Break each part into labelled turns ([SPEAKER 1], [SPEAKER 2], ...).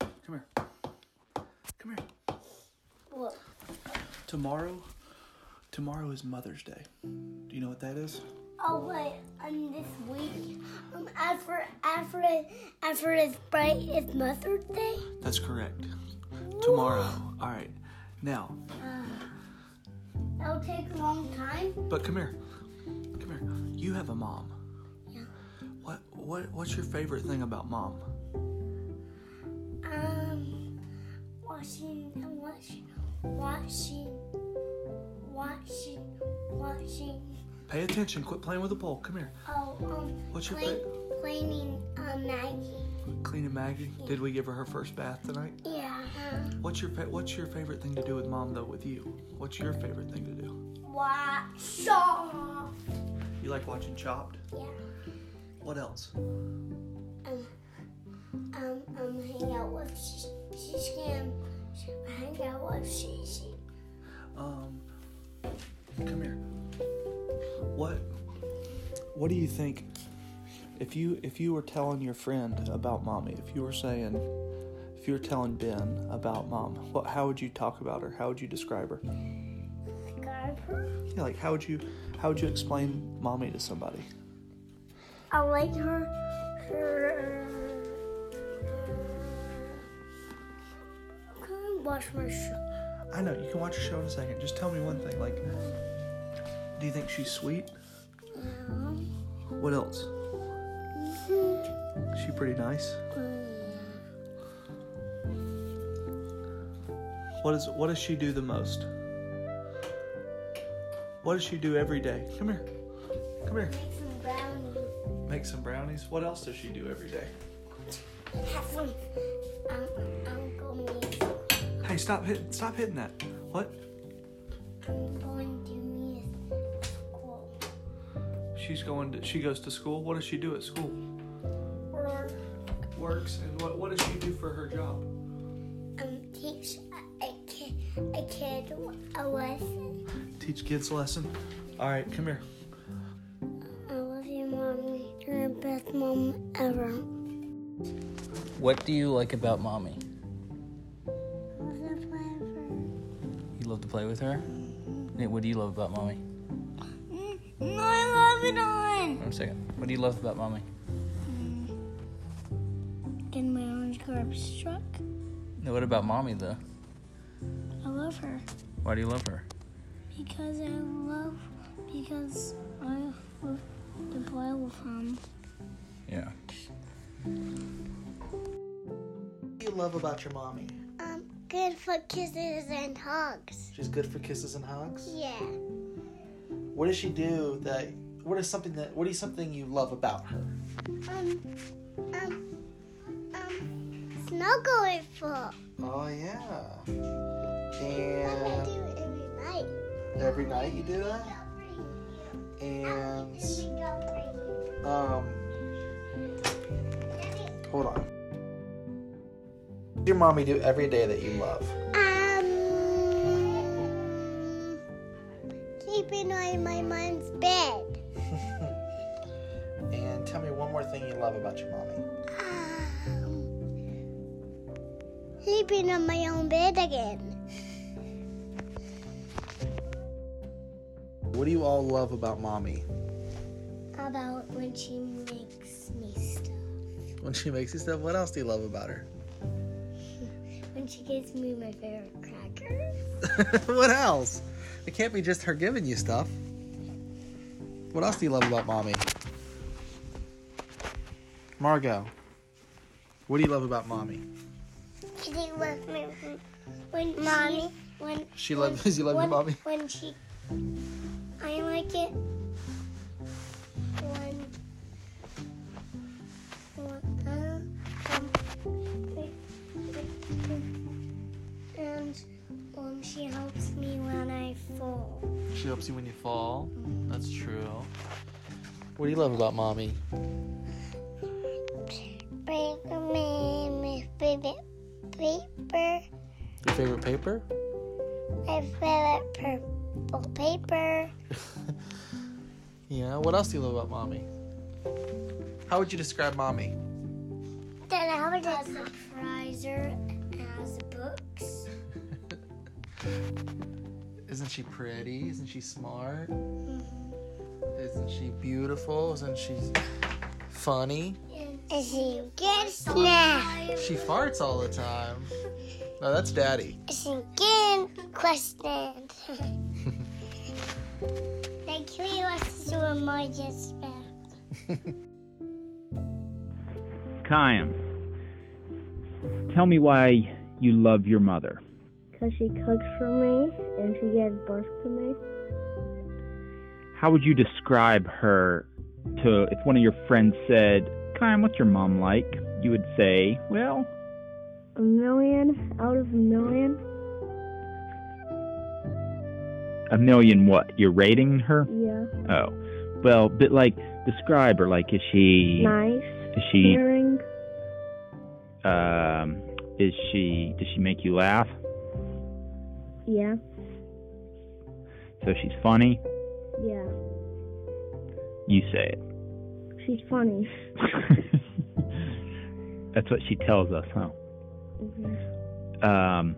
[SPEAKER 1] Come here. Come here.
[SPEAKER 2] What?
[SPEAKER 1] Tomorrow, tomorrow is Mother's Day. Do you know what that is?
[SPEAKER 2] Oh wait, um, this week, um, after after after it's bright, it's Mother's Day.
[SPEAKER 1] That's correct. Tomorrow. All right. Now,
[SPEAKER 2] That'll take a long time.
[SPEAKER 1] but come here. Come here. You have a mom.
[SPEAKER 2] Yeah.
[SPEAKER 1] What what what's your favorite thing about mom?
[SPEAKER 2] Um, washing and washing, washing, washing, washing.
[SPEAKER 1] Pay attention. Quit playing with the pole. Come here.
[SPEAKER 2] Oh, um,
[SPEAKER 1] What's your
[SPEAKER 2] clean, cleaning, um, Maggie.
[SPEAKER 1] Cleaning Maggie. Did we give her her first bath tonight?
[SPEAKER 2] Yeah. um, huh?
[SPEAKER 1] What's your fa- what's your favorite thing to do with mom though? With you? What's your favorite thing to do?
[SPEAKER 2] Wash off.
[SPEAKER 1] You like watching Chopped?
[SPEAKER 2] Yeah.
[SPEAKER 1] What else?
[SPEAKER 2] um, um, um, hang out with she, she can hang out with she, she.
[SPEAKER 1] Um, come here. What What do you think if you if you were telling your friend about mommy? If you were saying if you were telling Ben about mom, what how would you talk about her? How would you describe her?
[SPEAKER 2] Scarper.
[SPEAKER 1] Yeah, like how would you how would you explain mommy to somebody?
[SPEAKER 2] I like her, her. Can I wash my shoe?
[SPEAKER 1] I know you can watch your show in a second. Just tell me one thing. Like, do you think she's sweet?
[SPEAKER 2] Um,
[SPEAKER 1] What else? Is she pretty nice? What is what does she do the most? What does she do every day? Come here. Come here.
[SPEAKER 2] Make some brownies.
[SPEAKER 1] Make some brownies. What else does she do every day?
[SPEAKER 2] Have some. Um, I'm going.
[SPEAKER 1] Hey, stop hitting stop hitting that. What?
[SPEAKER 2] I'm going to miss school.
[SPEAKER 1] She's going to she goes to school. What does she do at school?
[SPEAKER 2] Or
[SPEAKER 1] Works and what what does she do for her job?
[SPEAKER 2] um, teach a, a kid a kid a lesson.
[SPEAKER 1] Teach kids lesson. Alright, come here.
[SPEAKER 2] I love you, mommy. You're the best mom ever.
[SPEAKER 3] What do you like about mommy? You love to play with her? Nate, What do you love about mommy?
[SPEAKER 2] No, I love it on.
[SPEAKER 3] One second. What do you love about mommy?
[SPEAKER 2] Getting my orange carb struck.
[SPEAKER 3] No, what about mommy though?
[SPEAKER 2] I love her
[SPEAKER 3] Why do you love her?
[SPEAKER 2] because I love because I love the boy with him.
[SPEAKER 3] Yeah.
[SPEAKER 4] What do you love about your mommy?
[SPEAKER 2] Um, good for kisses and hugs.
[SPEAKER 4] She's good for kisses and hugs.
[SPEAKER 2] Yeah.
[SPEAKER 4] What does she do that? What is something that? What is something you love about her?
[SPEAKER 2] Um, um, um, snuggling for.
[SPEAKER 4] Oh yeah.
[SPEAKER 2] I
[SPEAKER 4] And
[SPEAKER 2] do it every night.
[SPEAKER 4] every night you do that. And um, hold on. What does your mommy do every day that you love?
[SPEAKER 2] Um, sleeping on my mom's bed.
[SPEAKER 4] And tell me one more thing you love about your mommy.
[SPEAKER 2] Um, sleeping on my own bed again.
[SPEAKER 4] What do you all love about mommy?
[SPEAKER 2] About when she makes me stuff.
[SPEAKER 4] When she makes you stuff, what else do you love about her?
[SPEAKER 2] When she gives me my favorite crackers.
[SPEAKER 4] what else? It can't be just her giving you stuff. What else do you love about mommy? Margot, what do you love about mommy?
[SPEAKER 2] She loves me when mommy when
[SPEAKER 4] She loves you love your
[SPEAKER 2] when,
[SPEAKER 4] mommy.
[SPEAKER 2] when she I like it when, when uh, um, and when she helps me when I fall.
[SPEAKER 4] She helps you when you fall. That's true. What do you love about mommy?
[SPEAKER 2] Paper me my favorite paper
[SPEAKER 4] Your favorite paper?
[SPEAKER 2] my favorite purple paper.
[SPEAKER 4] Yeah. What else do you love about mommy? How would you describe mommy?
[SPEAKER 2] Then I would surprise her has books.
[SPEAKER 4] Isn't she pretty? Isn't she smart? Isn't she beautiful? Isn't she funny?
[SPEAKER 2] Is he good snack?
[SPEAKER 4] She farts all the time. No, that's daddy.
[SPEAKER 2] Is he good question? Like three us to a mortgage back.
[SPEAKER 5] Kayam, tell me why you love your mother.
[SPEAKER 6] Because she cooks for me and she gives birth to me.
[SPEAKER 5] How would you describe her to if one of your friends said, Kayam, what's your mom like? You would say, Well,
[SPEAKER 6] A million out of a million?
[SPEAKER 5] a million what? You're rating her?
[SPEAKER 6] Yeah.
[SPEAKER 5] Oh. Well, but like describe her. Like is she
[SPEAKER 6] Nice.
[SPEAKER 5] is she
[SPEAKER 6] Caring.
[SPEAKER 5] um is she does she make you laugh?
[SPEAKER 6] Yeah.
[SPEAKER 5] So she's funny?
[SPEAKER 6] Yeah.
[SPEAKER 5] You say it.
[SPEAKER 6] She's funny.
[SPEAKER 5] That's what she tells us, huh?
[SPEAKER 6] Mhm.
[SPEAKER 5] um,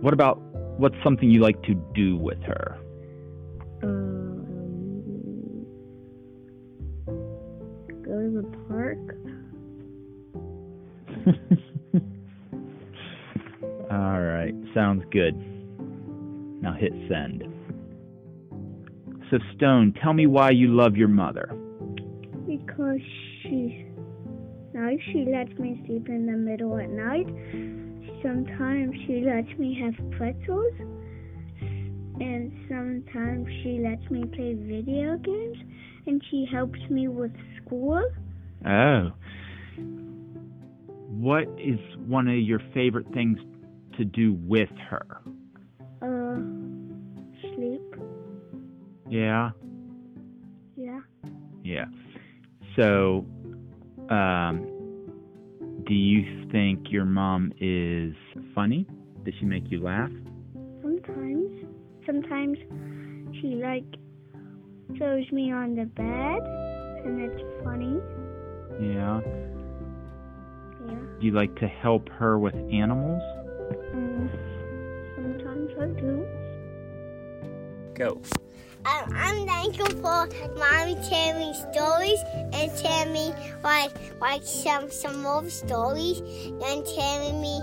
[SPEAKER 5] what about what's something you like to do with her?
[SPEAKER 6] Um, go to the park.
[SPEAKER 5] All right, sounds good. Now hit send. So, Stone, tell me why you love your mother.
[SPEAKER 6] Because she's nice. She lets me sleep in the middle at night. Sometimes she lets me have pretzels. And sometimes she lets me play video games. And she helps me with school.
[SPEAKER 5] Oh. What is one of your favorite things to do with her?
[SPEAKER 6] Uh, sleep.
[SPEAKER 5] Yeah.
[SPEAKER 6] Yeah.
[SPEAKER 5] Yeah. So, um, do you think your mom is funny? Does she make you laugh?
[SPEAKER 6] Sometimes. Sometimes she, like, throws me on the bed. And it's funny.
[SPEAKER 5] Yeah.
[SPEAKER 6] Yeah.
[SPEAKER 5] Do you like to help her with animals?
[SPEAKER 6] Um, sometimes I do.
[SPEAKER 3] Go.
[SPEAKER 2] Um, I'm thankful for mommy telling me stories and telling me like like some some old stories and telling me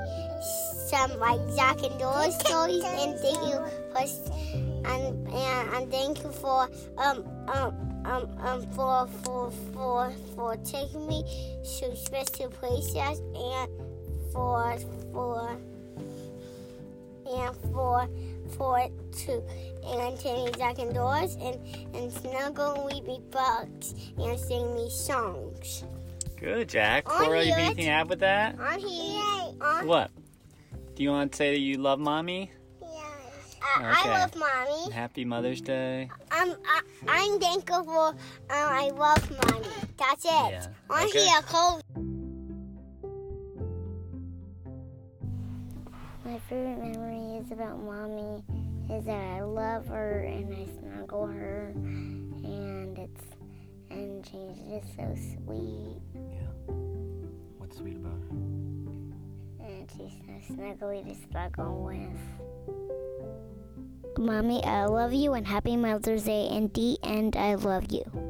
[SPEAKER 2] some like Zack and Dora stories and thank you for s- and and I'm thankful for um um um um for for for for taking me to special places and for for and for for two and Timmy Jack and Doors and and Snuggle and Weepy Bugs and sing me songs.
[SPEAKER 3] Good, Jack.
[SPEAKER 2] Oh,
[SPEAKER 3] Cora, you
[SPEAKER 2] yeah.
[SPEAKER 3] anything to add with that?
[SPEAKER 2] On here, on
[SPEAKER 3] What? Do you want to say that you love mommy?
[SPEAKER 2] Uh, I,
[SPEAKER 3] Okay.
[SPEAKER 2] I love mommy.
[SPEAKER 3] Happy Mother's Day.
[SPEAKER 2] I'm I, I'm thankful for um, I love mommy. That's it.
[SPEAKER 3] Yeah.
[SPEAKER 2] On
[SPEAKER 3] Okay.
[SPEAKER 2] here, cold.
[SPEAKER 6] My favorite memory is about mommy is that I love her and I snuggle her and it's and she's just so sweet
[SPEAKER 3] What's sweet about her?
[SPEAKER 6] and she's so snuggly to snuggle with. Mommy, I love you and happy Mother's Day and D and I love you.